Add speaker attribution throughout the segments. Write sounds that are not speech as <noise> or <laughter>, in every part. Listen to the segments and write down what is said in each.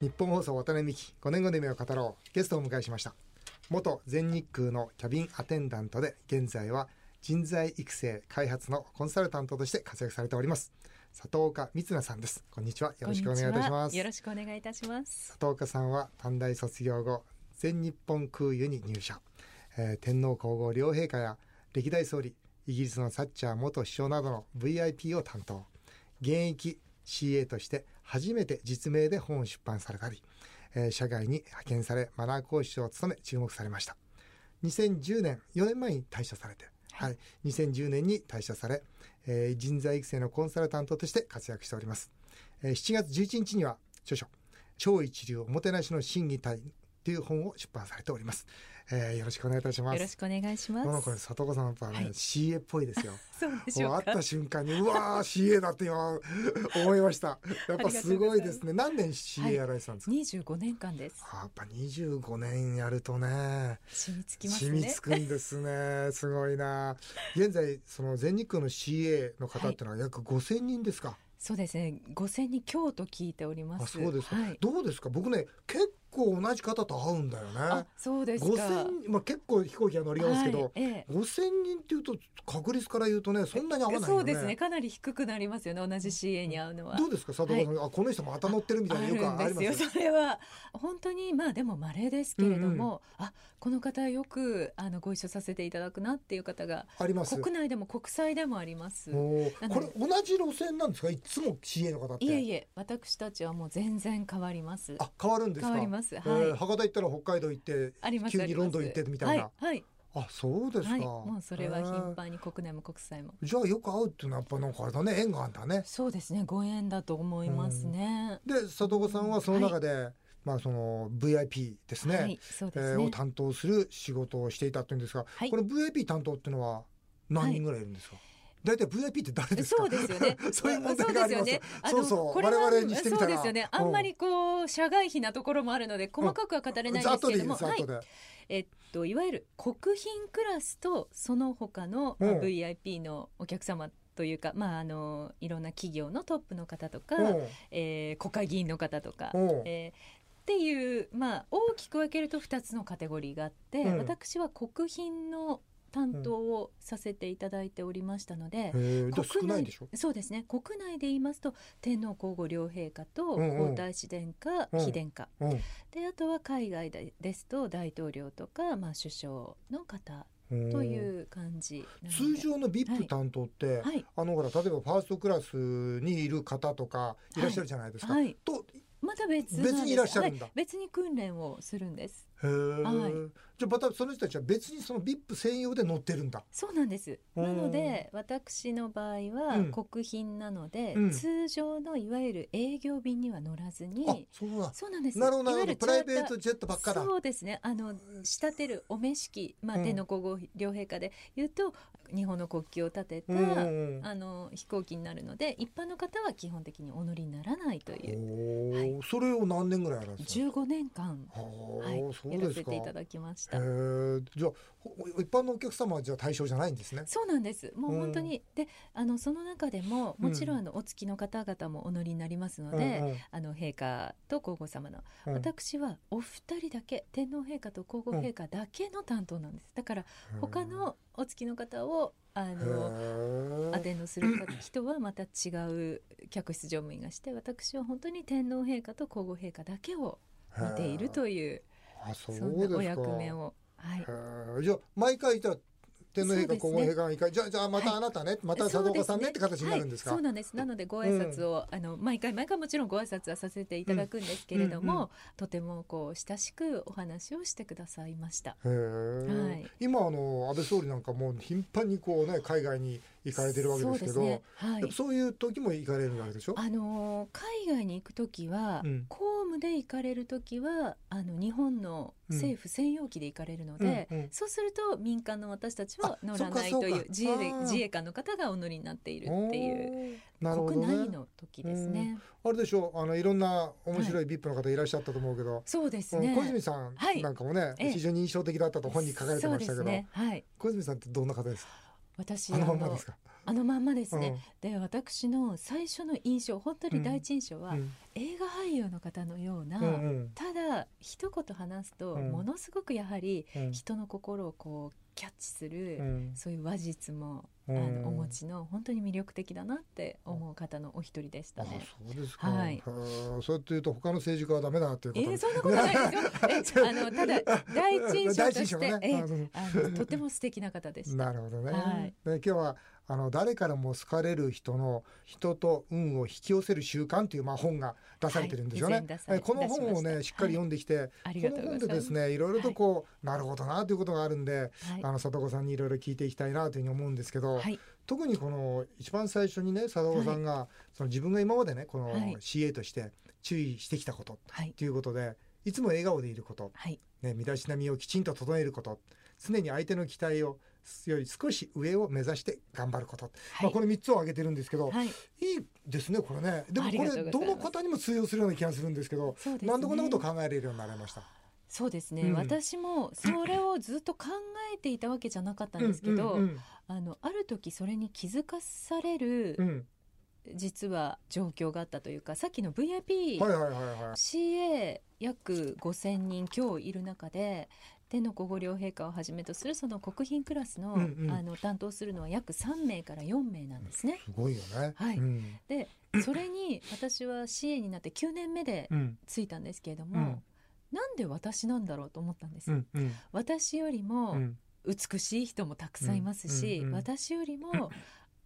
Speaker 1: 日本放送渡辺美希5年後の夢を語ろうゲストをお迎えしました元全日空のキャビンアテンダントで現在は人材育成開発のコンサルタントとして活躍されております佐藤岡光奈さんですこんにちはよろしくお願いいたします
Speaker 2: よろしくお願いいたします
Speaker 1: 佐藤岡さんは短大卒業後全日本空輸に入社、えー天皇皇后両陛下や歴代総理イギリスのサッチャー元首相などの VIP を担当現役 CA として初めて実名で本を出版されたり、えー社外に派遣されマナー講師を務め注目されました2010年4年前に退社されてはい、2010年に退社され、えー人材育成のコンサルタントとして活躍しております、えー7月11日には著書「超一流おもてなしの審議体」という本を出版されております、えーよろしくお願いいたします
Speaker 2: よろしくお願いしま
Speaker 1: なんかこれ
Speaker 2: す
Speaker 1: 佐藤さんやっぱね、
Speaker 2: はい
Speaker 1: CA っぽいですよ
Speaker 2: そう <laughs> でし
Speaker 1: もう
Speaker 2: ょう
Speaker 1: 会っ
Speaker 2: か
Speaker 1: た瞬間にうわー CA だって今思いましたやっぱすごいですね何年 CA やられてたんですか、
Speaker 2: 25年間です
Speaker 1: あやっぱ25年やるとね
Speaker 2: 染みつきます
Speaker 1: 染み
Speaker 2: ね
Speaker 1: つくんですね。すごいな。現在、その全日空の CA の方ってのは約5000人ですか。
Speaker 2: そうですね5000人強と聞いております
Speaker 1: あ、そうですか、
Speaker 2: はい、
Speaker 1: どうですか僕ね、結構同じ方と会うんだよ
Speaker 2: あ
Speaker 1: ね。
Speaker 2: そうですか
Speaker 1: 5000人、まあ結構飛行機は乗り合うんですけど、
Speaker 2: はいええ
Speaker 1: 5000人っていうと、確率から言うとね、そんなに合わないよね。
Speaker 2: そうですねかなり低くなりますよね同じ CA に会うのは
Speaker 1: どうですか佐藤さん、あ、この人また乗ってるみたいなよく
Speaker 2: あ
Speaker 1: あ
Speaker 2: る
Speaker 1: り
Speaker 2: ん
Speaker 1: ま
Speaker 2: ですすよそれは本当にまあでも稀ですけれども、あこの方よくあのご一緒させていただくなっていう方が
Speaker 1: あります。
Speaker 2: 国内でも国際でもあります
Speaker 1: おー
Speaker 2: なの
Speaker 1: こ
Speaker 2: で
Speaker 1: れ同じ路線なんですかいつも CA の方って。
Speaker 2: いえいえ私たちはもう全然変わります
Speaker 1: あ、変わるんですか
Speaker 2: 変わりますはい
Speaker 1: えー博多行ったら北海道行って
Speaker 2: あり、ます
Speaker 1: 急
Speaker 2: あ
Speaker 1: に
Speaker 2: り
Speaker 1: ロ
Speaker 2: ま
Speaker 1: ンド
Speaker 2: す
Speaker 1: ン行ってみたいな。
Speaker 2: はいはい
Speaker 1: あ、そうですか。
Speaker 2: はい、もうそれは頻
Speaker 1: へえ
Speaker 2: 繁に国内も国際も。
Speaker 1: じゃあよく会うっていうのはやっぱなんかあれだね、縁があるんだね。
Speaker 2: そうですね、ご縁だと思いますね。
Speaker 1: で、佐藤さんはその中で、まあその VIP ですね。
Speaker 2: はい、そうで
Speaker 1: え
Speaker 2: す
Speaker 1: ー
Speaker 2: ね。
Speaker 1: を担当する仕事をしていたっていうんですが、
Speaker 2: はい
Speaker 1: この VIP 担当っていうのは何人ぐらいいるんですか、大体 VIP って誰ですか。
Speaker 2: そうですよね
Speaker 1: <laughs> そういう問題があります
Speaker 2: そうですよね。あの
Speaker 1: そうそう
Speaker 2: これは
Speaker 1: 我々にしてみたら
Speaker 2: そうですよね。あんまりこう社外費なところもあるので細かくは語れないん
Speaker 1: ざ
Speaker 2: で
Speaker 1: っ
Speaker 2: す
Speaker 1: と
Speaker 2: け
Speaker 1: でい
Speaker 2: れ
Speaker 1: いで
Speaker 2: ども、
Speaker 1: す、ざっ
Speaker 2: は
Speaker 1: と
Speaker 2: い
Speaker 1: で。。
Speaker 2: えっといわゆる国賓クラスとその他の、まあ
Speaker 1: うん
Speaker 2: VIP のお客様というか、まああのいろんな企業のトップの方とか、えー国会議員の方とか、
Speaker 1: うん
Speaker 2: えーっていう、まあ、大きく分けると2つのカテゴリーがあって、
Speaker 1: うん
Speaker 2: 私は国賓の担当をさせていただいておりましたので、
Speaker 1: うんへえじゃあ少
Speaker 2: 国
Speaker 1: ない
Speaker 2: 内
Speaker 1: でしょ
Speaker 2: そうですね国内で言いますと天皇皇后両陛下と
Speaker 1: うんうん
Speaker 2: 皇太子殿下、
Speaker 1: うん
Speaker 2: 妃殿下
Speaker 1: うん
Speaker 2: であとは海外でですと大統領とか、まあ、首相の方
Speaker 1: うん
Speaker 2: という感じなので
Speaker 1: 通常の
Speaker 2: は
Speaker 1: VIP
Speaker 2: い
Speaker 1: 担当って、
Speaker 2: はい
Speaker 1: あのほら例えばファーストクラスにいる方とかいらっしゃるじゃないですか。
Speaker 2: はい
Speaker 1: と
Speaker 2: また別なんです
Speaker 1: 別にいらっしゃるんだ
Speaker 2: は別に訓練をするんです
Speaker 1: へえ、
Speaker 2: はい
Speaker 1: じゃあまたその人たちは別にその VIP 専用で乗ってるんだ。
Speaker 2: そうなんです。
Speaker 1: うん
Speaker 2: なので私の場合
Speaker 1: う
Speaker 2: は
Speaker 1: ん
Speaker 2: 国賓なので、
Speaker 1: うん
Speaker 2: 通常のいわゆる営業便には乗らず
Speaker 1: あ
Speaker 2: に、
Speaker 1: そうだ。
Speaker 2: そうなんです。
Speaker 1: なるほど
Speaker 2: い
Speaker 1: な
Speaker 2: わ
Speaker 1: る
Speaker 2: ゆ
Speaker 1: ほど
Speaker 2: る
Speaker 1: プライベート
Speaker 2: チ
Speaker 1: ジェット
Speaker 2: ャ
Speaker 1: ば
Speaker 2: ー
Speaker 1: っ
Speaker 2: タ
Speaker 1: か
Speaker 2: ー
Speaker 1: だ。
Speaker 2: そうですね。あの仕立てるお召し器、まあ、
Speaker 1: うん
Speaker 2: 天皇皇后両陛下で言うと日本の国旗を立てた、
Speaker 1: うんうんうん
Speaker 2: あの飛行機になるので、一般の方は基本的にお乗りにならないとい
Speaker 1: お
Speaker 2: う
Speaker 1: お、
Speaker 2: は
Speaker 1: それを何年ぐらいやられてたんですか。
Speaker 2: 15年間、
Speaker 1: ああ、
Speaker 2: はい、
Speaker 1: そう
Speaker 2: や
Speaker 1: で
Speaker 2: ら
Speaker 1: す
Speaker 2: せ
Speaker 1: か。
Speaker 2: ていた
Speaker 1: へ
Speaker 2: だきました。
Speaker 1: え、じゃあほ一般のお客様はじゃあ対象じゃないんですね。
Speaker 2: そうなんです。もう
Speaker 1: うん
Speaker 2: 本当に、で、あのその中でももちろんあの、お付きの方々もお乗りになりますので、
Speaker 1: うんうん
Speaker 2: あの陛下と皇后様の、
Speaker 1: うん
Speaker 2: 私はお二人だけ天皇陛下と皇后陛下だけの担当なんです。だから他のお付きの方をあ
Speaker 1: へ
Speaker 2: の。
Speaker 1: え
Speaker 2: アテンドする人はまた違う客室乗務員がして私は本当に天皇陛下と皇后陛下だけを見ているという
Speaker 1: あ、そ
Speaker 2: そ
Speaker 1: うんです
Speaker 2: な
Speaker 1: か。
Speaker 2: お役目を、はい、
Speaker 1: へえじゃあ毎回じゃあ天皇陛下皇后陛下が一回、じゃあじゃあまたあなたね、また佐藤さんねって形になるんですか。
Speaker 2: はい、そうなんですなのでご挨拶を、あの毎回毎回もちろんご挨拶はさせていただくんですけれども、
Speaker 1: うんうん
Speaker 2: とてもこう親しくお話をしてくださいました。
Speaker 1: へえ
Speaker 2: はい
Speaker 1: 今あの安倍総理なんかもう頻繁にこうね海外に行かれてるわけですけどそ
Speaker 2: そ
Speaker 1: う
Speaker 2: ねはい、
Speaker 1: いう時も行かれるわけでしょ
Speaker 2: あのー海外に行く時は、
Speaker 1: うん
Speaker 2: 公務で行かれる時はあの日本の政府専用機で行かれるので、
Speaker 1: うんうん
Speaker 2: そうすると民間の私たちは
Speaker 1: あ
Speaker 2: 乗らない
Speaker 1: そっ
Speaker 2: と
Speaker 1: か
Speaker 2: い
Speaker 1: そう
Speaker 2: う
Speaker 1: か
Speaker 2: 自衛で
Speaker 1: あー
Speaker 2: 自衛官の方がお乗りになっているっていう
Speaker 1: うなるほど、
Speaker 2: 国
Speaker 1: ね、
Speaker 2: 内の時ですね。
Speaker 1: あれでしょあのいろんな面白い VIP の方いらっしゃったと思うけど、
Speaker 2: そうです
Speaker 1: うん
Speaker 2: ね。
Speaker 1: 小泉さん
Speaker 2: はい
Speaker 1: なんかもね、
Speaker 2: ええ
Speaker 1: 非常に印象的だったと本に書かれてましたけ
Speaker 2: そ
Speaker 1: ど、
Speaker 2: うですね。はい。
Speaker 1: 小泉さんってどんな方ですか
Speaker 2: 私
Speaker 1: あ
Speaker 2: あ
Speaker 1: の
Speaker 2: の
Speaker 1: まんまですか
Speaker 2: あのまんまです
Speaker 1: うん
Speaker 2: ね、で私の最初の印象本当に第一印象は、
Speaker 1: うん
Speaker 2: 映画俳優の方のような、
Speaker 1: うんうん
Speaker 2: ただ一言話すと、
Speaker 1: うん
Speaker 2: ものすごくやはり
Speaker 1: うん
Speaker 2: 人の心をこうキャッチする、
Speaker 1: うん
Speaker 2: そういう話術も、
Speaker 1: う
Speaker 2: あ
Speaker 1: ん
Speaker 2: のお持ちの本当に魅力的だなって思う方のお一人でした
Speaker 1: あ
Speaker 2: ね。
Speaker 1: そうですか、
Speaker 2: はい
Speaker 1: へーそうやって言うと他の政治家はダメだというこ
Speaker 2: え
Speaker 1: とで
Speaker 2: ー、そんなことないです
Speaker 1: <laughs>
Speaker 2: よ。えあのただ第一印象
Speaker 1: 第
Speaker 2: として、
Speaker 1: 一印象がね
Speaker 2: え
Speaker 1: あそう
Speaker 2: ーあのとても素敵な方でした。
Speaker 1: なるほどね。
Speaker 2: はい
Speaker 1: で今日はあの誰からも好かれる人の人と運を引き寄せる習慣というまあ本が出されてるんですよ
Speaker 2: は
Speaker 1: ね
Speaker 2: い以前出。さ
Speaker 1: え
Speaker 2: れ
Speaker 1: この本を
Speaker 2: 出しま
Speaker 1: ね
Speaker 2: した
Speaker 1: しっかり読んできて、
Speaker 2: あり
Speaker 1: こ
Speaker 2: が
Speaker 1: の
Speaker 2: とうござい
Speaker 1: 本で
Speaker 2: ま。
Speaker 1: すですねいろいろとこう、なるほどなということがあるんで、
Speaker 2: はい
Speaker 1: あの佐藤子さんにいろいろ聞いていきたいなというふうに思うんですけど、
Speaker 2: はい
Speaker 1: 特にこの一番最初にね佐藤子さんが、その自分が今までねこの
Speaker 2: はい
Speaker 1: CA として注意してきたこと
Speaker 2: はい
Speaker 1: ということで、いつも笑顔でいること。
Speaker 2: はい
Speaker 1: ね、身だしなみをきちんと整えること常に相手の期待をより少し上を目指して頑張ること、まあ、こ
Speaker 2: れ
Speaker 1: れ3つを挙げてるんですけど、
Speaker 2: はい
Speaker 1: い、いですねこれねでも
Speaker 2: あり
Speaker 1: こ
Speaker 2: がと
Speaker 1: れ
Speaker 2: うございます
Speaker 1: どの方にも通用するような気がするんですけど
Speaker 2: そうですね。
Speaker 1: なんでこんなことを考えれるようになられました
Speaker 2: そうですね、
Speaker 1: うん
Speaker 2: 私もそれをずっと考えていたわけじゃなかったんですけど、
Speaker 1: うんうん
Speaker 2: あのある時それに気づかされる、
Speaker 1: うん
Speaker 2: 実は状況があったというかさっきの VIP、
Speaker 1: うんはいはいはいは
Speaker 2: CA 約5,000人今日いる中で天の皇后両陛下をはじめとするその国賓クラスの,、
Speaker 1: うんうん
Speaker 2: あの担当するのは約3名から4名なんですね
Speaker 1: い。すごいよね。
Speaker 2: はい
Speaker 1: うん
Speaker 2: でそれに私は CA になって9年目で
Speaker 1: うん
Speaker 2: ついたんですけれども、なんで私なんだろうと思ったんです。
Speaker 1: うんうん
Speaker 2: 私より
Speaker 1: う
Speaker 2: も
Speaker 1: ん
Speaker 2: 美しい人もたくさんいます
Speaker 1: う
Speaker 2: し、
Speaker 1: んうんうん
Speaker 2: 私よりも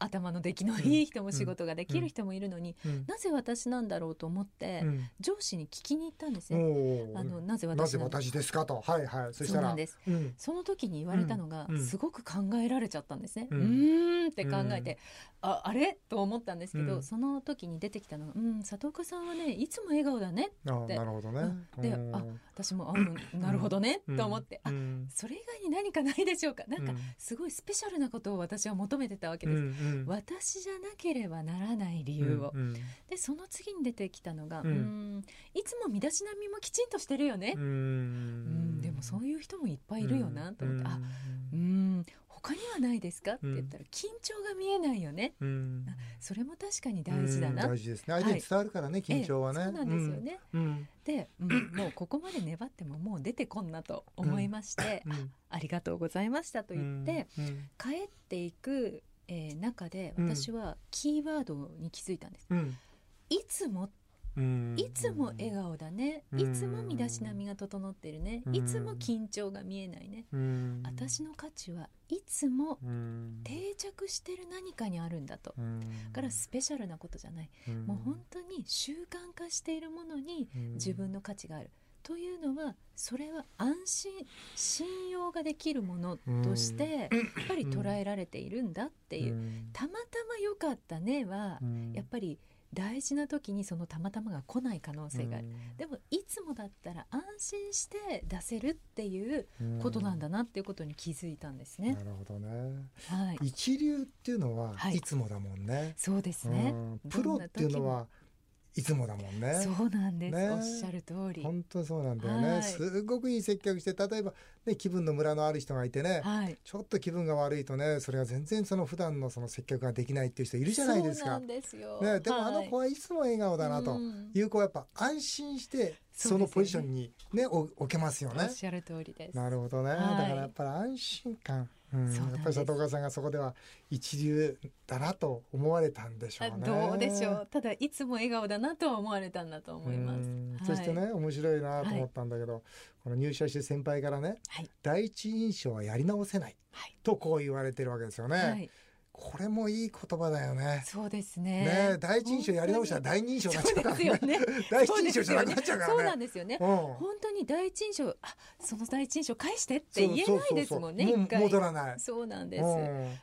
Speaker 2: 頭の出来のいい人も仕事ができる人もいるのに、
Speaker 1: うん
Speaker 2: なぜ私なんだろうと思って、
Speaker 1: うん
Speaker 2: 上司に聞きに行ったんですね。
Speaker 1: おー
Speaker 2: あのなぜ
Speaker 1: な
Speaker 2: 私
Speaker 1: ぜ
Speaker 2: なんだ
Speaker 1: 私ですかとはいはいそし
Speaker 2: そ
Speaker 1: た
Speaker 2: うな
Speaker 1: ら
Speaker 2: んです
Speaker 1: うん
Speaker 2: その時に言われたのが、
Speaker 1: うんうん
Speaker 2: すごく考えられちゃったんですね。
Speaker 1: う
Speaker 2: うんん、ーんって考えて、ああれと思ったんですけど、
Speaker 1: うん
Speaker 2: その時に出てきたのが「うん佐藤岡さんはねいつも笑顔だね
Speaker 1: あーなるほどね。
Speaker 2: うんで
Speaker 1: うん
Speaker 2: あ」私も「あうんなるほどね」と思って「
Speaker 1: う
Speaker 2: あ
Speaker 1: ん
Speaker 2: それ以外に何かないでしょうか」なん
Speaker 1: う
Speaker 2: か
Speaker 1: ん
Speaker 2: すごいスペシャルなことを私は求めてたわけです。
Speaker 1: うんうん
Speaker 2: 私じゃなければならない理由を、
Speaker 1: うんうん
Speaker 2: でその次に出てきたのが、
Speaker 1: う
Speaker 2: うんん、いつも身だしなみもきちんとしてるよね、
Speaker 1: う
Speaker 2: うん
Speaker 1: ん
Speaker 2: でもそうういう人もいっぱいいるよなと思って、あうーん他にはないですか?」って言ったら「緊張が見えないよね」
Speaker 1: うん
Speaker 2: それも確かに大事だな
Speaker 1: うん大事ですね相手に伝わるからね緊張はね
Speaker 2: ええそうなんですよね、
Speaker 1: うん
Speaker 2: で、うんもうここまで粘ってももう出てこんなと思いまして「
Speaker 1: うんうん
Speaker 2: ありがとうございました」と言って、
Speaker 1: うん
Speaker 2: 帰っていく、えー中で
Speaker 1: うん
Speaker 2: 私はキーワードに気づいたんです。
Speaker 1: うん
Speaker 2: いつも
Speaker 1: うん
Speaker 2: いつも笑顔だね、
Speaker 1: うん
Speaker 2: いつも身だしなみが整ってるね、
Speaker 1: うん
Speaker 2: いつも緊張が見えないね、
Speaker 1: うん
Speaker 2: 私の価値はいつも
Speaker 1: うん
Speaker 2: 定着してる何かにあるんだと
Speaker 1: うん
Speaker 2: だからスペシャルなことじゃない、
Speaker 1: うん
Speaker 2: もう本当に習慣化しているものに
Speaker 1: うん
Speaker 2: 自分の価値がある、というのはそれは安心信用ができるものとして、やっぱり捉えられているんだっていう、
Speaker 1: ん
Speaker 2: たまたま良かったねは、
Speaker 1: うん
Speaker 2: やっぱり大事な時にそのたまたまが来ない可能性がある、でもいつもだったら安心して出せるっていう
Speaker 1: うん
Speaker 2: ことなんだなっていうことに気づいたんですね
Speaker 1: な。るほどね
Speaker 2: はい、
Speaker 1: 一流っていうのは
Speaker 2: はい
Speaker 1: いつもだもんね
Speaker 2: そうですね、
Speaker 1: うんプロっていうのはいつもだもんね
Speaker 2: そうなんです、
Speaker 1: ね
Speaker 2: おっしゃる通り。
Speaker 1: 本当そうなんだよね、
Speaker 2: はい
Speaker 1: すごくいい接客して例えば、ね、気分のムラのある人がいてね、
Speaker 2: はい。
Speaker 1: ちょっと気分が悪いとねそれが全然その普段のその接客ができないっていう人いるじゃないです
Speaker 2: そうな
Speaker 1: か。
Speaker 2: んですよ。
Speaker 1: ね、でもあの子
Speaker 2: は
Speaker 1: はいつも笑顔
Speaker 2: い
Speaker 1: だなと
Speaker 2: うん
Speaker 1: いう子はやっぱ安心して
Speaker 2: そ
Speaker 1: そう
Speaker 2: ですよね
Speaker 1: のポジションに、ね、お置けますよ
Speaker 2: お
Speaker 1: ね
Speaker 2: っ。しゃる通りです。
Speaker 1: なるほどね、
Speaker 2: はい
Speaker 1: だからやっぱり安心感、うん
Speaker 2: そ
Speaker 1: や
Speaker 2: う
Speaker 1: っ
Speaker 2: なんです
Speaker 1: ぱり佐藤川さんがそこでは一流だなと思われたんでしょ
Speaker 2: あ
Speaker 1: うね。
Speaker 2: どうでしょう。ただいつも笑顔だなとは思われたんだと思いま
Speaker 1: うん
Speaker 2: す。
Speaker 1: そして
Speaker 2: はい、
Speaker 1: ね面白いなと思ったんだけど、この入社して先輩からね、
Speaker 2: はい
Speaker 1: 第一印象はやり直せない
Speaker 2: はい
Speaker 1: とこう言われてるわけですよね、
Speaker 2: はい、
Speaker 1: これもいい言葉だよね
Speaker 2: そうです
Speaker 1: ね
Speaker 2: ね。
Speaker 1: え第一印象やり直したら第二印象になっちゃうからね
Speaker 2: そうですよね
Speaker 1: <laughs> 第一印象じゃなくなっちゃうか
Speaker 2: そう
Speaker 1: ら
Speaker 2: なん
Speaker 1: ね
Speaker 2: ですよね。
Speaker 1: うん
Speaker 2: 本当に第一印象、あ、その第一印象返してって言えないですもんね。
Speaker 1: そうそうそう
Speaker 2: 一回
Speaker 1: 戻らない
Speaker 2: そうなんです、
Speaker 1: う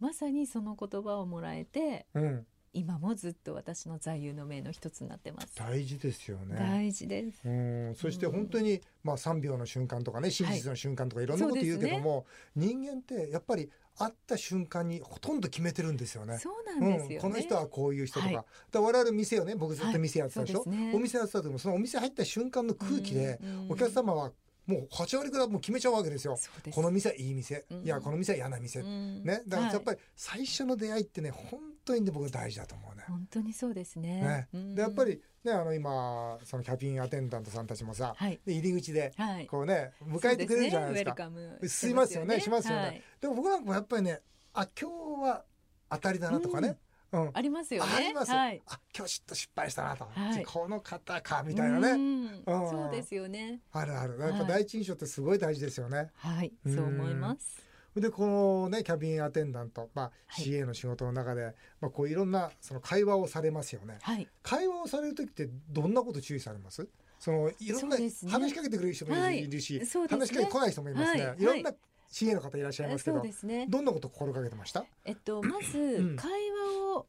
Speaker 2: まさにその言葉をもらえて、
Speaker 1: んうん
Speaker 2: 今もずっと私の座右の銘の一つになってます。
Speaker 1: 大事ですよね
Speaker 2: 大事です。
Speaker 1: うんそして本当に、まあ3秒の瞬間とかね真実の瞬間とかいろんなこと言うけども、人間ってやっぱり会った瞬間にほとんど決めてるんですよね
Speaker 2: そうなんですよね。
Speaker 1: うん、この人はこういう人とか,、
Speaker 2: はい
Speaker 1: だから我々店をね僕ずっと店やってたでしょ、
Speaker 2: はいそうですね
Speaker 1: お店やってた時もそのお店入った瞬間の空気で
Speaker 2: うんうん
Speaker 1: お客様はもう8割ぐらいもう決めちゃうわけですよ。
Speaker 2: そうです
Speaker 1: この店はいい店、
Speaker 2: うん
Speaker 1: いやこの店は嫌な店、
Speaker 2: うん
Speaker 1: ねだからやっぱ
Speaker 2: り
Speaker 1: り最初の出会いってね本当にね僕は大事だと思うね。
Speaker 2: 本当にそうですね
Speaker 1: ね。
Speaker 2: うん
Speaker 1: でやっぱりねあの今そのキャビンアテンダントさんたちもさ、
Speaker 2: はい
Speaker 1: で入り口で
Speaker 2: はい
Speaker 1: こうね迎えてくれるじゃないですか。
Speaker 2: そうねウェルカム
Speaker 1: すいますよねしますよね
Speaker 2: はい
Speaker 1: でも僕なんかもやっぱりねあ今日は当たりだなとかね、うん
Speaker 2: ありますよね。
Speaker 1: あります、
Speaker 2: はい。
Speaker 1: あ今日ちょっと失敗したなと、
Speaker 2: はい
Speaker 1: この方かみたいな
Speaker 2: う
Speaker 1: ね
Speaker 2: ん
Speaker 1: うん
Speaker 2: そうですよね。
Speaker 1: あるあるやっぱ第一印象ってすごい大事ですよね。
Speaker 2: はい、
Speaker 1: うん
Speaker 2: そう思います。
Speaker 1: でこのねキャビンアテンダント、まあ、
Speaker 2: はい
Speaker 1: CA の仕事の中で、まあ、こういろんなその会話をされますよね。
Speaker 2: はい。
Speaker 1: 会話をされる時ってどんなこと注意されますそのいろん
Speaker 2: そう
Speaker 1: な
Speaker 2: ですね
Speaker 1: 話しかけてくれる人もいる,、
Speaker 2: はい
Speaker 1: し、
Speaker 2: そうですね
Speaker 1: 話しかけてこない人もいますね、
Speaker 2: はい
Speaker 1: い、ろんな CA の方いらっしゃいますけ
Speaker 2: そ
Speaker 1: ど、
Speaker 2: うですね。
Speaker 1: どんなこと心がけてました
Speaker 2: えっとま
Speaker 1: う
Speaker 2: ず
Speaker 1: ん
Speaker 2: 会話を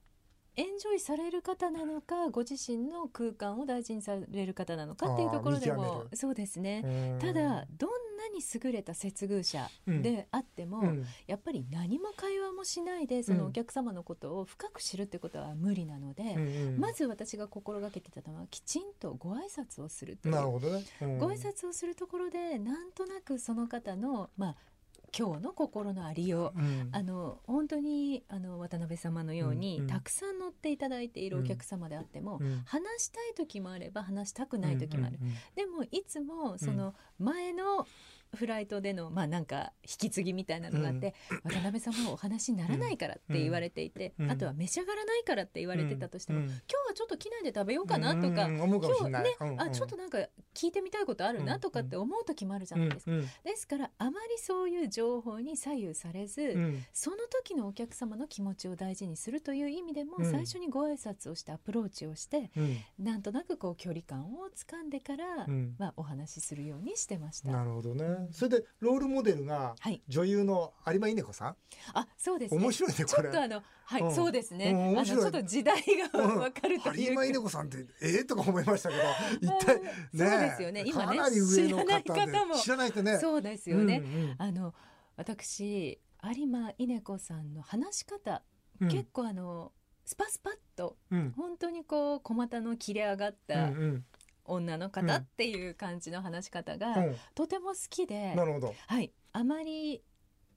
Speaker 2: エンジョイされる方なのか、ご自身の空間を大事にされる方なのかっていうところで
Speaker 1: あー見
Speaker 2: も
Speaker 1: 極め、
Speaker 2: そうですね。
Speaker 1: た
Speaker 2: ただ、どんなに優れた接遇者であっても、
Speaker 1: うん
Speaker 2: やっぱり何も会話もしないでその
Speaker 1: うん
Speaker 2: お客様のことを深く知るってことは無理なので、
Speaker 1: うん
Speaker 2: まず私が心がけてたのはきちんとご挨拶をするという
Speaker 1: なるほどね、うん
Speaker 2: ご挨拶をするところでなんとなくその方の、まあ、今日の心のありよう
Speaker 1: うん
Speaker 2: あの本当にあの渡辺様のように、
Speaker 1: うんうん
Speaker 2: たくさん乗っていただいているお客様であっても、
Speaker 1: うん
Speaker 2: 話したい時もあれば話したくない時もある、
Speaker 1: うんうん
Speaker 2: でもいつもその前のフライトでのまあなんか引き継ぎみたいなのがあって、渡辺さんもお話にならないからって言われていて、
Speaker 1: うん
Speaker 2: あとは召し上がらないからって言われてたとしても、
Speaker 1: うんうん
Speaker 2: 今日はちょっと機内で食べようかなとか、
Speaker 1: うん思うかもし
Speaker 2: 今
Speaker 1: れ
Speaker 2: 日
Speaker 1: ないう
Speaker 2: ね、
Speaker 1: ん
Speaker 2: あちょっとなんか聞いてみたいことあるなとかって思う時もあるじゃ
Speaker 1: う
Speaker 2: ない
Speaker 1: ん
Speaker 2: ですか、
Speaker 1: うん
Speaker 2: ですからあまりそういう情報に左右されず、
Speaker 1: うん
Speaker 2: その時のお客様の気持ちを大事にするという意味でも、
Speaker 1: うん
Speaker 2: 最初にご挨拶をしてアプローチをして
Speaker 1: うん
Speaker 2: なんとなくこう距離感をつかんでから、
Speaker 1: うん
Speaker 2: まあ、お話しするようにしてました。
Speaker 1: なるほどねそれでロールモデルが
Speaker 2: はい、
Speaker 1: 女優の有馬稲子さん
Speaker 2: あそうですね
Speaker 1: 面白いね
Speaker 2: ちょ
Speaker 1: こ
Speaker 2: っ
Speaker 1: れ
Speaker 2: とあの、はい、
Speaker 1: うん
Speaker 2: そうですね。
Speaker 1: うん
Speaker 2: あの
Speaker 1: 面
Speaker 2: ち
Speaker 1: 白い
Speaker 2: ょっと時代が
Speaker 1: うん
Speaker 2: わかると
Speaker 1: 有
Speaker 2: いう
Speaker 1: 馬
Speaker 2: か。
Speaker 1: 稲子さんってええとか思いましたけど一体ね
Speaker 2: うんそうですよね。今ね
Speaker 1: かなり上の方で
Speaker 2: 知らない方も
Speaker 1: 知らないとね
Speaker 2: そうですよね。
Speaker 1: うんうん
Speaker 2: あの私有馬稲子さんの話し方、
Speaker 1: うん
Speaker 2: 結構あのスパスパッと
Speaker 1: うん
Speaker 2: 本当にこう小股の切れ上がっ
Speaker 1: うん
Speaker 2: た
Speaker 1: うん
Speaker 2: 女の方っていう感じの話し方が、
Speaker 1: う
Speaker 2: とても好きで
Speaker 1: ん、なるほど
Speaker 2: はい、あまり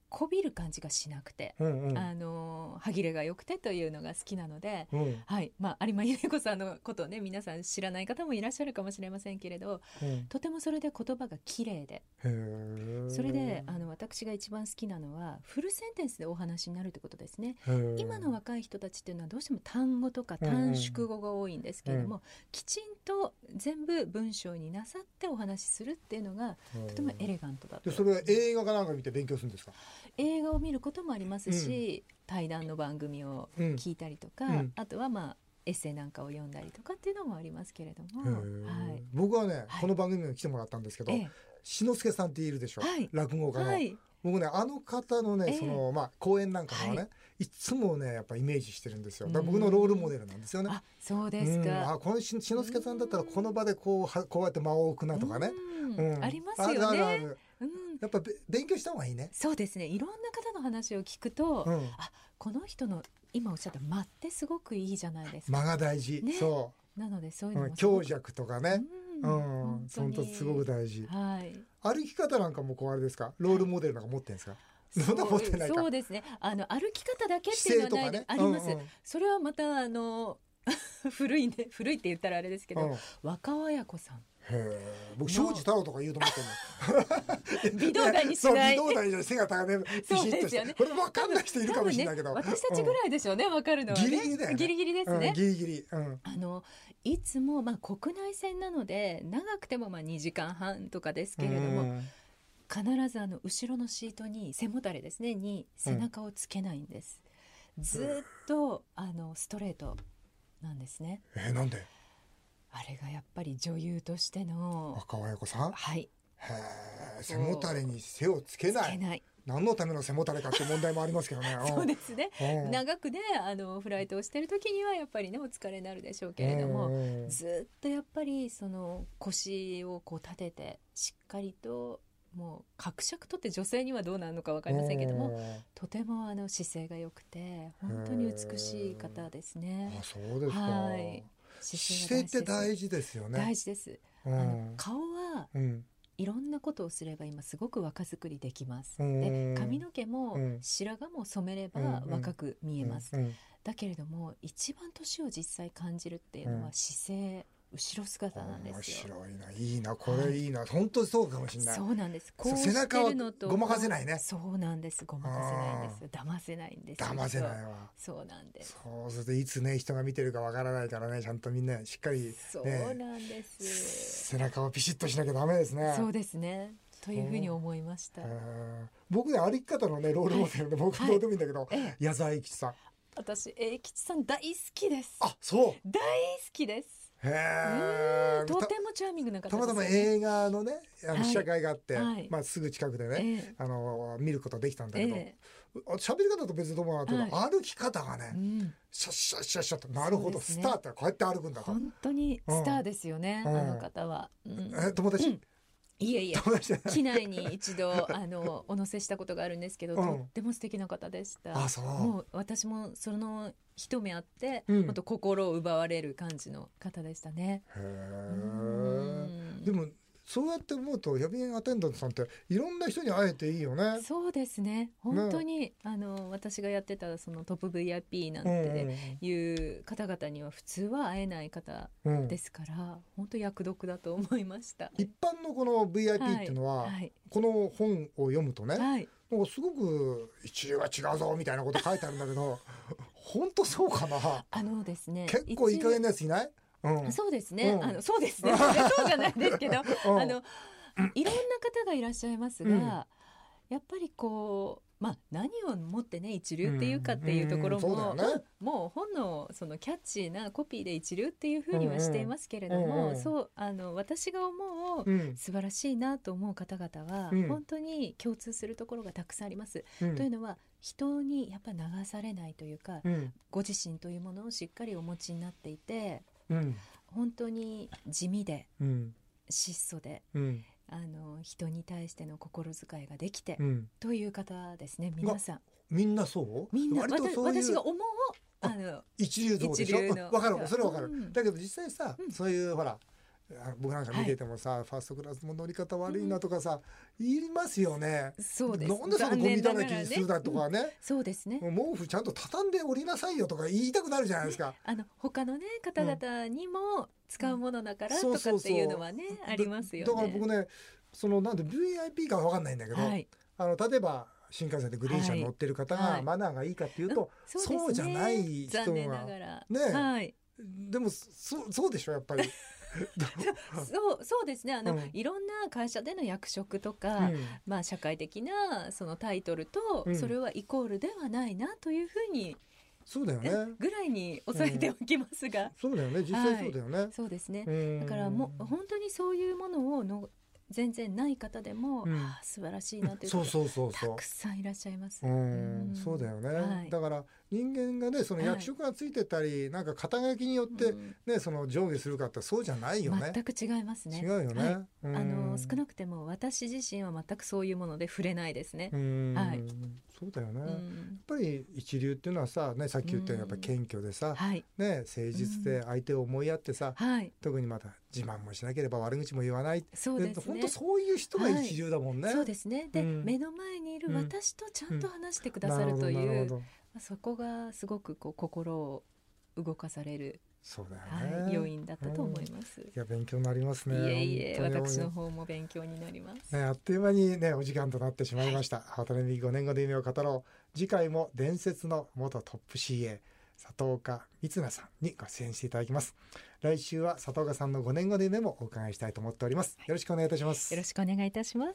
Speaker 2: こびる感じがしなくて、
Speaker 1: うんうん
Speaker 2: あの歯切れが良くてというのが好きなので。
Speaker 1: うん
Speaker 2: はい、まあ、有馬由美子さんのことをね皆さん知らない方もいらっしゃるかもしれませんけれど
Speaker 1: うん
Speaker 2: とてもそれで言葉が綺麗で
Speaker 1: へえ
Speaker 2: それであの私が一番好きなのはフルセンテンスでお話になるってことですね。
Speaker 1: へえ
Speaker 2: 今の若い人たちっていうのはどうしても単語とか短縮語が多いんですけれども、きちんと全部文章になさってお話しするっていうのがとてもエレガントだと
Speaker 1: でそれは映画かなんか見て勉強するんですか
Speaker 2: 映画を見ることもありますし、対談の番組を
Speaker 1: うん
Speaker 2: 聞いたりとか、
Speaker 1: うん
Speaker 2: あとはまあエッセイなんかを読んだりとかっていうのもありますけれども、
Speaker 1: へえ
Speaker 2: はい、
Speaker 1: 僕はね、
Speaker 2: はい
Speaker 1: この番組にも来てもらったんですけど、
Speaker 2: え
Speaker 1: 志の輔さんっているでしょ、
Speaker 2: はい
Speaker 1: 落語
Speaker 2: え
Speaker 1: 家の、
Speaker 2: はい、
Speaker 1: 僕ねあの方のね、
Speaker 2: ええ
Speaker 1: そのまあ講演なんかはね、、
Speaker 2: はい
Speaker 1: つもねやっぱイメージしてるんですよ
Speaker 2: うん
Speaker 1: だから僕のロールモデルなんですよね
Speaker 2: あそうです
Speaker 1: うん
Speaker 2: か。
Speaker 1: あこの志志の輔さんだったらこの場でこうはこうやって間を置くなとかね、
Speaker 2: うん
Speaker 1: うん
Speaker 2: ありますよ
Speaker 1: あ
Speaker 2: ね
Speaker 1: るあるある
Speaker 2: うん、
Speaker 1: やっぱべ勉強した方がいいね、
Speaker 2: そうですねいろんな方の話を聞くと、
Speaker 1: うん、
Speaker 2: この人の今おっしゃった間ってすごくいいじゃないですか。
Speaker 1: 間が大事、
Speaker 2: ね
Speaker 1: そ
Speaker 2: なのでそう
Speaker 1: う、
Speaker 2: いうの
Speaker 1: うん
Speaker 2: もすご
Speaker 1: 強
Speaker 2: く
Speaker 1: 弱とかね
Speaker 2: う
Speaker 1: うんん、そ
Speaker 2: 本
Speaker 1: ん
Speaker 2: 当
Speaker 1: と
Speaker 2: に
Speaker 1: すごく大事
Speaker 2: はい。
Speaker 1: 歩き方なんかもこうあれですかロールモデルなんか持ってるんですか、 <laughs> そんな持ってないか
Speaker 2: そうですね。あの歩き方だけって
Speaker 1: 姿
Speaker 2: いう
Speaker 1: 勢
Speaker 2: の
Speaker 1: と
Speaker 2: はな
Speaker 1: か
Speaker 2: いで、
Speaker 1: ね
Speaker 2: あります、
Speaker 1: うんうん
Speaker 2: それはまたあの <laughs> 古いね古いって言ったらあれですけど、
Speaker 1: うんへ
Speaker 2: 若親子さん
Speaker 1: え僕庄司太郎とか言うと思ってるの
Speaker 2: <laughs> 微動だにしない
Speaker 1: そう微動だにしない背が高めピシ
Speaker 2: そう
Speaker 1: ッ
Speaker 2: で
Speaker 1: と
Speaker 2: す
Speaker 1: して、
Speaker 2: よね
Speaker 1: これ分かんない人いるかもしれないけど、
Speaker 2: 多分ね、私たちぐらいでしょうね、わかるのはね
Speaker 1: ギリギリだよね
Speaker 2: ギリギリです
Speaker 1: うんう
Speaker 2: ね
Speaker 1: ん、ギリギリ、うん
Speaker 2: あのいつもまあ国内線なので長くてもまあ2時間半とかですけれども、
Speaker 1: うん
Speaker 2: 必ずあの後ろのシートに背もたれですねに背中をつけないんです、ずーっとあのストレートなんですね
Speaker 1: えーなんで
Speaker 2: あれがやっぱり女優としての
Speaker 1: 若親子さん
Speaker 2: はい
Speaker 1: へえ背もたれに背をつけ
Speaker 2: つ
Speaker 1: ない
Speaker 2: けない
Speaker 1: 何のための背もたれかって問題もありますけどね
Speaker 2: <laughs> そうですね
Speaker 1: うん
Speaker 2: 長くねあのフライトをしてる時にはやっぱりねお疲れになるでしょうけれど
Speaker 1: う
Speaker 2: も、
Speaker 1: ん
Speaker 2: ずーっとやっぱりその腰をこう立ててしっかりともう伯爵とって女性にはどうなるのか分かりませんけども、
Speaker 1: う
Speaker 2: とてもあの姿勢が良くて本当に美しい方ですね
Speaker 1: んあ。そうですか、
Speaker 2: はい
Speaker 1: 姿勢って
Speaker 2: が
Speaker 1: 大事ですよね
Speaker 2: 大事です。
Speaker 1: う
Speaker 2: あ
Speaker 1: ん
Speaker 2: の顔は
Speaker 1: うん
Speaker 2: いろんなこことをすれば今すごく若作りできます。
Speaker 1: うん
Speaker 2: で髪の毛も
Speaker 1: うん
Speaker 2: 白髪も染めれば
Speaker 1: うん
Speaker 2: 若く見えます。
Speaker 1: うん
Speaker 2: だけれども一番年を実際感じるっていうの
Speaker 1: うん
Speaker 2: は姿勢、後ろ姿なんで
Speaker 1: 面
Speaker 2: すよ。
Speaker 1: 白いな、いいな、これいいな、本当にそうかもしれない
Speaker 2: そ。うなんです。
Speaker 1: そう
Speaker 2: こうしてるのと
Speaker 1: 背中はごまかせないね
Speaker 2: そうなんです。ごまかせないんですよ。騙せないんですよ。
Speaker 1: 騙せないわ。
Speaker 2: そうなんです。
Speaker 1: そうするといつね人が見てるかわからないからねちゃんとみんなしっかり
Speaker 2: そう
Speaker 1: ね
Speaker 2: なんです。
Speaker 1: 背中をピシッとしなきゃダメですね。
Speaker 2: そうですね。というふうに思いました
Speaker 1: う。ん僕ね歩き方のねロールモデルで僕
Speaker 2: はい
Speaker 1: どうでもいいんだけど、
Speaker 2: ええ
Speaker 1: 矢沢永吉さん
Speaker 2: 私永吉さん大好きです。
Speaker 1: あそう
Speaker 2: 大好きです。
Speaker 1: へえ
Speaker 2: うんとてもチャーミングな方
Speaker 1: たまたま
Speaker 2: ですよね
Speaker 1: 映画のねあ
Speaker 2: は
Speaker 1: の
Speaker 2: い
Speaker 1: 試写会があって、
Speaker 2: はい
Speaker 1: まあ、すぐ近くでね、
Speaker 2: ええ
Speaker 1: あの見ることできたんだけど、
Speaker 2: え
Speaker 1: あ喋り方と別にどうもなんだけど、歩き方がね、
Speaker 2: え、うん、
Speaker 1: シャッシャッシャッシャッとなるほど、
Speaker 2: そうです
Speaker 1: ス
Speaker 2: ね
Speaker 1: ターってこうやって歩くんだと。
Speaker 2: 本当にスターですよね、
Speaker 1: うん
Speaker 2: あの方は、うん、
Speaker 1: え友達、
Speaker 2: うんいえい
Speaker 1: <laughs>
Speaker 2: え
Speaker 1: 友達で
Speaker 2: 機内に一度あのお乗せしたことがあるんですけど、
Speaker 1: うん
Speaker 2: とっても素敵な方でした
Speaker 1: あそう
Speaker 2: もう私もその一目あって、
Speaker 1: うん
Speaker 2: 本当心を奪われる感じの方でしたね。
Speaker 1: へ
Speaker 2: う
Speaker 1: え
Speaker 2: ん
Speaker 1: でもそうやって思うと百円アテンダントさんっていろんな人に会えていいよね。
Speaker 2: そうですね本当に、あの私がやってたそのトップ VIP なん
Speaker 1: う
Speaker 2: て、
Speaker 1: ん
Speaker 2: いう方々には普通は会えない方
Speaker 1: うんうん
Speaker 2: ですから、本当役読だと思いました。
Speaker 1: 一般のこの VIP っていうのは、
Speaker 2: はい
Speaker 1: この本を読むとね、
Speaker 2: はい、
Speaker 1: なんかすごく一流は違うぞみたいなこと書いてあるんだけ
Speaker 2: <laughs>
Speaker 1: ど本当そうかな
Speaker 2: あのですね
Speaker 1: 結構いい加減なやついない、うんうん、
Speaker 2: そうですね、
Speaker 1: うん
Speaker 2: あのそうですねいやそうじゃないですけどあのいろんな方がいらっしゃいますが、
Speaker 1: うん
Speaker 2: やっぱりこうまあ何をもってね一流っていうかっていうところ
Speaker 1: うんうんう
Speaker 2: も、
Speaker 1: んそうだよね
Speaker 2: うんもう本のそのキャッチーなコピーで一流っていうふうにはしていますけれども、
Speaker 1: うんうん
Speaker 2: そうあの私が思う
Speaker 1: うん
Speaker 2: 素晴らしいなと思う方々は、
Speaker 1: うん
Speaker 2: 本当に共通するところがたくさんあります。
Speaker 1: うん
Speaker 2: というのは人にやっぱ流されないというか、
Speaker 1: うん
Speaker 2: ご自身というものをしっかりお持ちになっていて
Speaker 1: うん
Speaker 2: 本当に地味で
Speaker 1: うん
Speaker 2: 質素で
Speaker 1: うん
Speaker 2: あの人に対しての心遣いができて、
Speaker 1: うん
Speaker 2: という方ですね皆さん
Speaker 1: みんなそう
Speaker 2: みんな
Speaker 1: 割と
Speaker 2: 私
Speaker 1: そういう
Speaker 2: 私が思うあの
Speaker 1: 一流道でしょ
Speaker 2: 一流
Speaker 1: う
Speaker 2: の
Speaker 1: んわかるそれはわかる、
Speaker 2: うん
Speaker 1: だけど実際さ、
Speaker 2: うん
Speaker 1: そういうほらあ僕なんか見ててもさ、ファーストクラスも乗り方悪いなとかさ、言いますよね
Speaker 2: そうです
Speaker 1: なんでそのゴミだらけにするだとか
Speaker 2: うん
Speaker 1: ね
Speaker 2: そうですね
Speaker 1: もう毛布ちゃんと畳んでおりなさいよとか言いたくなるじゃないですか、
Speaker 2: あの他のね方々にも使うものだから
Speaker 1: そう
Speaker 2: と
Speaker 1: そうそう
Speaker 2: かっていうのはねありますよね
Speaker 1: だから僕ねそのなんで VIP かわかんないんだけど、
Speaker 2: はい
Speaker 1: あの例えば新幹線でグリーン車に乗ってる方
Speaker 2: はい
Speaker 1: が
Speaker 2: はい
Speaker 1: マナーがいいかっていうと、
Speaker 2: んです
Speaker 1: そうじゃない人が
Speaker 2: 残念ながら
Speaker 1: ね
Speaker 2: はい
Speaker 1: でもそそうでしょやっぱり。
Speaker 2: <laughs> そうそうですねあの、
Speaker 1: うん
Speaker 2: いろんな会社での役職とか、
Speaker 1: うん
Speaker 2: まあ、社会的なそのタイトルと、
Speaker 1: うん
Speaker 2: それはイコールではないなというふうに、
Speaker 1: そうだよね。
Speaker 2: ぐらいに抑えておきますが、
Speaker 1: そうだよね実際そうだよね。
Speaker 2: そうですね、
Speaker 1: うん
Speaker 2: だからもう本当にそういうものをの全然ない方でも、
Speaker 1: うん
Speaker 2: ああ素晴らしいなという
Speaker 1: そう
Speaker 2: う
Speaker 1: そうそう
Speaker 2: た
Speaker 1: そう
Speaker 2: く。さんいらっしゃいます。
Speaker 1: うん
Speaker 2: うん
Speaker 1: そうだよね、
Speaker 2: はい
Speaker 1: だから人間がねその
Speaker 2: はい
Speaker 1: 役職がついてたり、なんか肩書きによって
Speaker 2: うん
Speaker 1: ね、その上下するかってそうじゃないよね
Speaker 2: 全く違いますね
Speaker 1: 違うよね、
Speaker 2: はい
Speaker 1: うん
Speaker 2: あの少なくても私自身は全くそういうもので触れないですね
Speaker 1: う。ん、
Speaker 2: はい
Speaker 1: そうだよね、
Speaker 2: う
Speaker 1: やっ
Speaker 2: ん
Speaker 1: ぱり一流っていうのはさ、ね、さっき言ったようにやっぱ謙虚でさ、
Speaker 2: はい
Speaker 1: ね、誠実で相手を思いやってさ、
Speaker 2: はい
Speaker 1: 特にまた自慢もしなければ悪口も言わない
Speaker 2: そうですね。
Speaker 1: 本当そういう人が一流だもんね。
Speaker 2: そうですね。で、
Speaker 1: うん
Speaker 2: 目の前にいる私とちゃんと話してくだ
Speaker 1: な
Speaker 2: さ
Speaker 1: る
Speaker 2: る
Speaker 1: ほど
Speaker 2: という、
Speaker 1: なるほど
Speaker 2: そこがすごくこう心を動かされる、
Speaker 1: そうだよね、
Speaker 2: はい、要因だったと思います。
Speaker 1: いや勉強になりますね。
Speaker 2: いえいえ、
Speaker 1: 本当に
Speaker 2: 私の方も勉強になります。
Speaker 1: ね、あっという間にね、お時間となってしまいました。渡辺美5年後の夢を語ろう。次回も伝説の元トップ CA、佐藤岡光奈さんにご出演していただきます。来週は佐藤岡さんの5年後の夢もお伺いしたいと思っております。よろしくお願いいたします。
Speaker 2: よろしくお願いいたします。